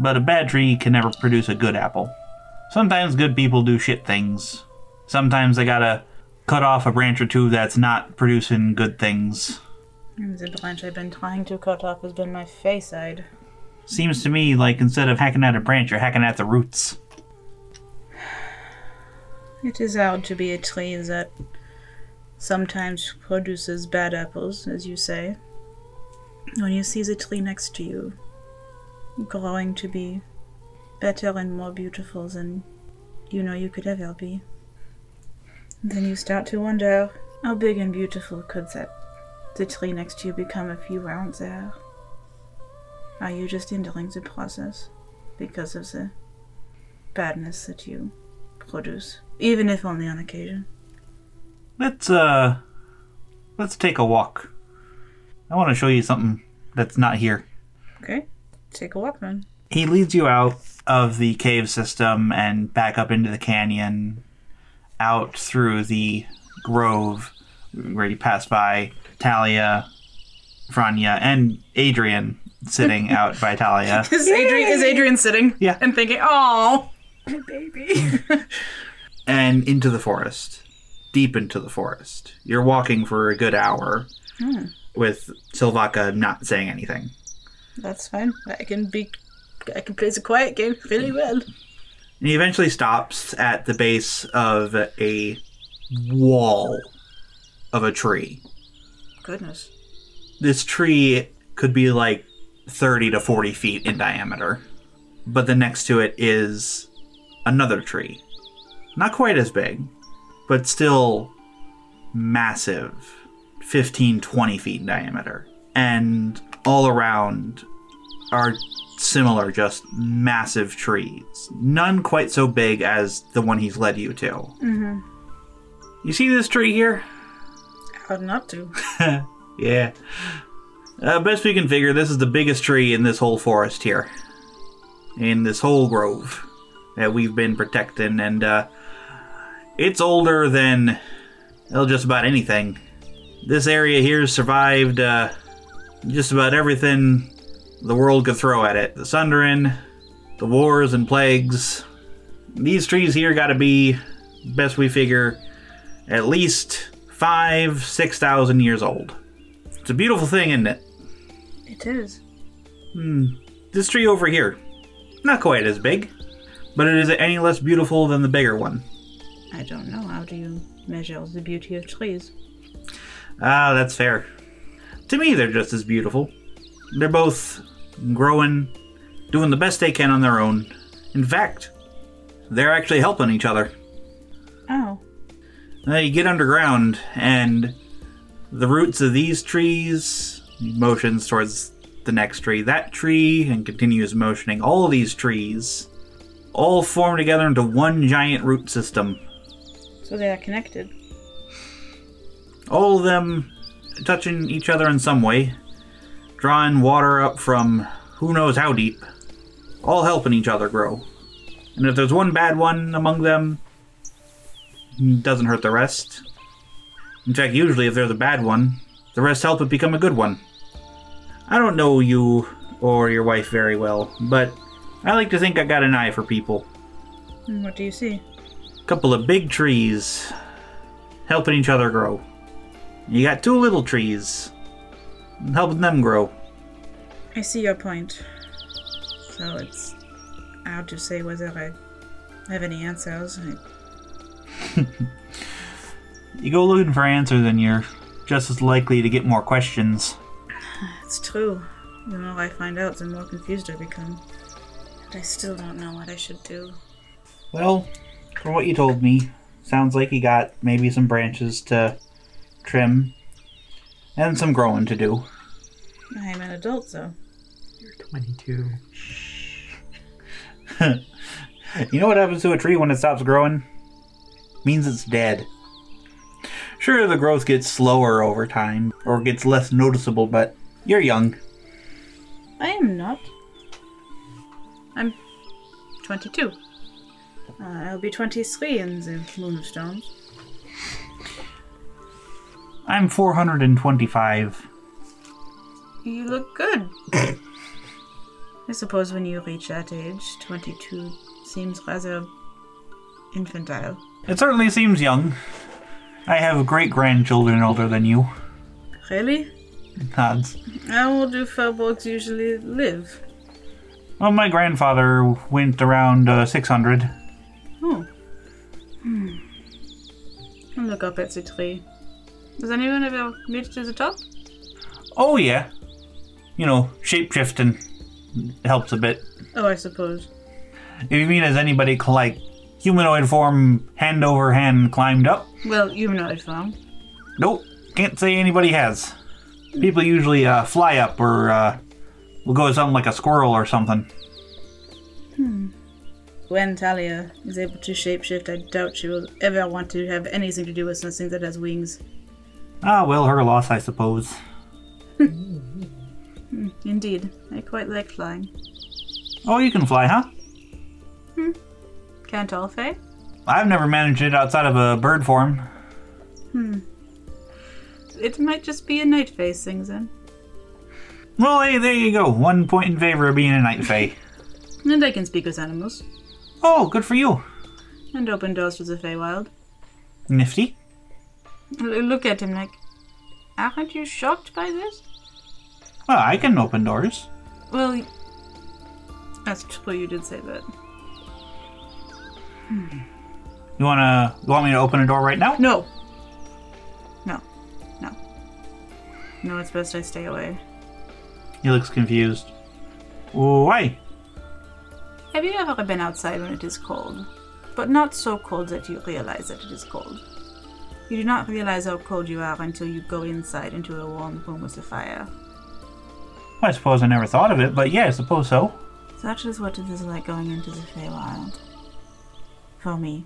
S1: but a bad tree can never produce a good apple. Sometimes good people do shit things. Sometimes they gotta cut off a branch or two that's not producing good things.
S4: And the branch I've been trying to cut off has been my face side.
S1: Seems to me like instead of hacking at a branch, you're hacking at the roots.
S4: It is hard to be a tree that sometimes produces bad apples, as you say. When you see the tree next to you growing to be better and more beautiful than you know you could ever be, then you start to wonder how big and beautiful could that the tree next to you become if you weren't there? Are you just hindering the process because of the badness that you produce, even if only on occasion.
S1: Let's uh let's take a walk. I want to show you something that's not here.
S4: Okay, take a walk then.
S11: he leads you out of the cave system and back up into the canyon, out through the grove where you pass by Talia, Franya, and Adrian sitting out by Talia.
S4: Is Adrian, is Adrian sitting?
S11: Yeah.
S4: And thinking, oh,
S1: and into the forest, deep into the forest. You're walking for a good hour with Silvaka not saying anything.
S4: that's fine. I can be, I can play the quiet game really well.
S1: And he eventually stops at the base of a wall of a tree.
S4: Goodness.
S1: This tree could be like 30 to 40 feet in diameter, but then next to it is another tree. Not quite as big, but still massive 15 20 feet in diameter and all around are similar just massive trees none quite so big as the one he's led you to mm-hmm. you see this tree here
S4: Hard not to.
S1: yeah uh, best we can figure this is the biggest tree in this whole forest here in this whole grove that we've been protecting and uh, it's older than well, just about anything this area here survived uh, just about everything the world could throw at it the sundering the wars and plagues these trees here got to be best we figure at least five six thousand years old it's a beautiful thing isn't it
S4: It is.
S1: this tree over here not quite as big but it isn't any less beautiful than the bigger one
S4: I don't know. How do you measure the beauty of trees?
S1: Ah, that's fair. To me, they're just as beautiful. They're both growing, doing the best they can on their own. In fact, they're actually helping each other.
S4: Oh.
S1: Uh, you get underground, and the roots of these trees he motions towards the next tree, that tree, and continues motioning. All these trees all form together into one giant root system.
S4: So they are connected.
S1: all of them touching each other in some way, drawing water up from who knows how deep, all helping each other grow. And if there's one bad one among them, it doesn't hurt the rest. In fact, usually if there's a bad one, the rest help it become a good one. I don't know you or your wife very well, but I like to think I got an eye for people
S4: And Hmm, what do you see?
S1: couple of big trees helping each other grow. You got two little trees helping them grow.
S4: I see your point. So it's hard to say whether I have any answers. I
S11: You go looking for answers, and you're just as likely to get more questions.
S4: It's true. The more I find out, the more confused I become. And I still don't know what I should do.
S11: Well, from what you told me, sounds like you got maybe some branches to trim and some growing to do.
S4: I'm an adult, though.
S5: You're 22.
S11: You know what happens to a tree when it stops growing? Means it's dead. Sure, the growth gets slower over time or gets less noticeable, but you're young.
S4: I am not. I'm 22. Uh, I'll be 23 in the Moonstone.
S11: I'm 425.
S4: You look good. I suppose when you reach that age, 22 seems rather infantile.
S11: It certainly seems young. I have great grandchildren older than you.
S4: Really?
S11: Nods.
S4: How old do Firebogs usually live?
S11: Well, my grandfather went around uh, 600.
S4: Oh. Hmm. I'll look up at the tree. Does anyone ever reach to the top?
S11: Oh, yeah. You know, shapeshifting helps a bit.
S4: Oh, I suppose.
S11: If you mean, has anybody, like, humanoid form, hand over hand, climbed up?
S4: Well, humanoid form.
S11: Nope. Can't say anybody has. People usually uh, fly up or uh, will go something like a squirrel or something.
S4: When Talia is able to shapeshift, I doubt she will ever want to have anything to do with something that has wings.
S11: Ah, well, her loss, I suppose.
S4: Indeed, I quite like flying.
S1: Oh, you can fly, huh?
S4: Can't all fey?
S1: I've never managed it outside of a bird form.
S4: It might just be a night phase thing then.
S1: Well, hey, there you go. One point in favor of being a night fae.
S4: And I can speak with animals.
S1: oh, good for you.
S4: And open doors to the Feywild.
S1: Nifty.
S4: L- look at him like, aren't you shocked by this?
S1: Well, I can open doors.
S4: Well, y- that's true, you did say that.
S1: You wanna? You want me to open a door right now?
S4: No! No. No. No, it's best I stay away.
S1: He looks confused. Why?
S4: Have you ever been outside when it is cold? But not so cold that you realize that it is cold. You do not realize how cold you are until you go inside into a warm room with a fire.
S1: I suppose I never thought of it, but yeah, I suppose so.
S4: Such is what it is like going into the Feywild. For me,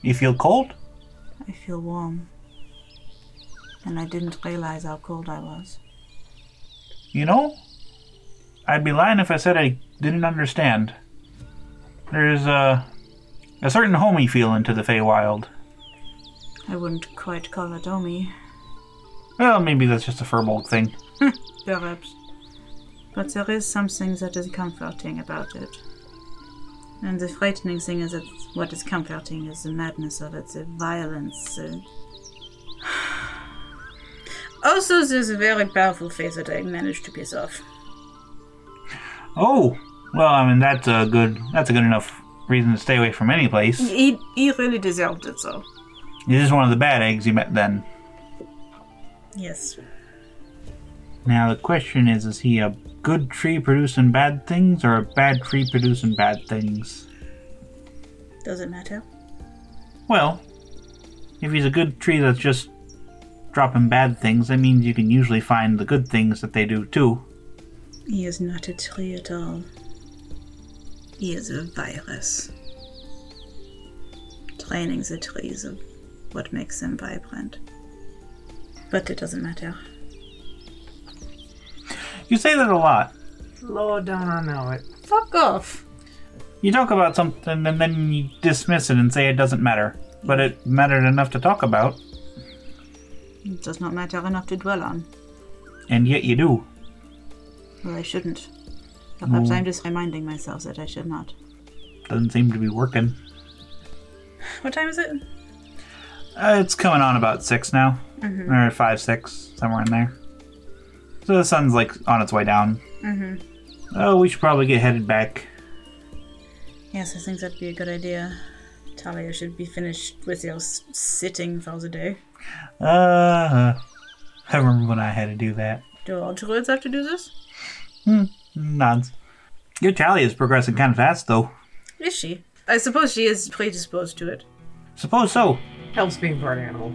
S1: You feel cold?
S4: I feel warm. And I didn't realize how cold I was.
S1: You know, I'd be lying if I said I didn't understand. There's a a certain homey feeling to the Feywild.
S4: I wouldn't quite call it Omi,
S1: Well, maybe that's just a Furbolg thing.
S4: perhaps. But there is something that is comforting about it. And the frightening thing is that what is comforting is the madness of it, the violence. The... also, there's a very powerful face that I managed to piss off.
S1: Oh, well, I mean that's a good that's a good enough reason to stay away from any place.
S4: He, he really deserved it, so.
S1: You're just one of the bad eggs you met then.
S4: Yes.
S1: Now the question is: Is he a good tree producing bad things, or a bad tree producing bad things?
S4: Does it matter?
S1: Well, if he's a good tree that's just dropping bad things, that means you can usually find the good things that they do too.
S4: He is not a tree at all. He is a virus. Draining the trees of what makes them vibrant. But it doesn't matter.
S1: You say that a lot.
S7: Lord, don't I know it.
S4: Fuck off!
S1: You talk about something and then you dismiss it and say it doesn't matter, but it mattered enough to talk about,
S4: It does not matter enough to dwell on.
S1: and yet you do.
S4: Well, I shouldn't. Perhaps I'm just reminding myself that I should not.
S1: Doesn't seem to be working.
S4: What time is it?
S1: Uh, it's coming on about six now, or five, six, somewhere in there. So the sun's like on its way down. Mm-hmm. Oh, we should probably get headed back.
S4: Yes, I think that'd be a good idea. Talia should be finished with your s- sitting for the day.
S1: Uh, I remember when I had to do that.
S4: Do all druids have to do this?
S1: Nods. Your tally is progressing kind of fast, though.
S4: Is she? I suppose she is predisposed to it.
S1: Suppose so.
S5: Helps being part animal.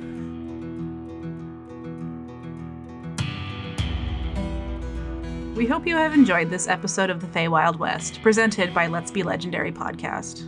S2: We hope you have enjoyed this episode of The Fey Wild West, presented by Let's Be Legendary podcast.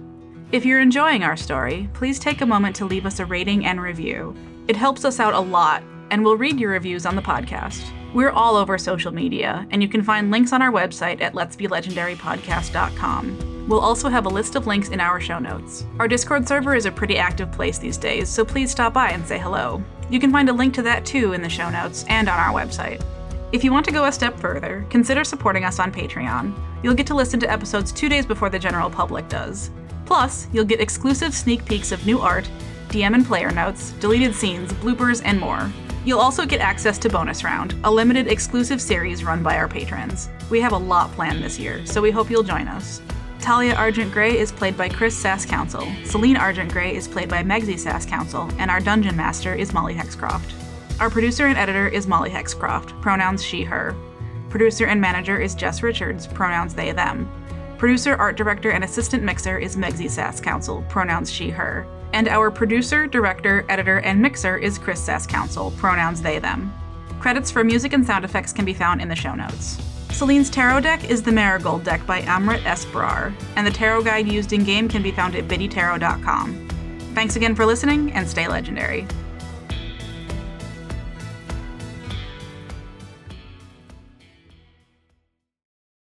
S2: If you're enjoying our story, please take a moment to leave us a rating and review. It helps us out a lot, and we'll read your reviews on the podcast. We're all over social media, and you can find links on our website at letsbelegendarypodcast.com. We'll also have a list of links in our show notes. Our Discord server is a pretty active place these days, so please stop by and say hello. You can find a link to that too in the show notes and on our website. If you want to go a step further, consider supporting us on Patreon. You'll get to listen to episodes two days before the general public does. Plus, you'll get exclusive sneak peeks of new art, DM and player notes, deleted scenes, bloopers, and more. You'll also get access to Bonus Round, a limited exclusive series run by our patrons. We have a lot planned this year, so we hope you'll join us. Talia Argent Grey is played by Chris Sass Council, Celine Argent Grey is played by Megsy Sass Council, and our Dungeon Master is Molly Hexcroft. Our producer and editor is Molly Hexcroft, pronouns she, her. Producer and manager is Jess Richards, pronouns they, them. Producer, art director, and assistant mixer is Megsy Sass Council, pronouns she, her. And our producer, director, editor, and mixer is Chris Sass Council, pronouns they, them. Credits for music and sound effects can be found in the show notes. Celine's tarot deck is the Marigold deck by Amrit S. Brar, and the tarot guide used in game can be found at biddytarot.com. Thanks again for listening, and stay legendary.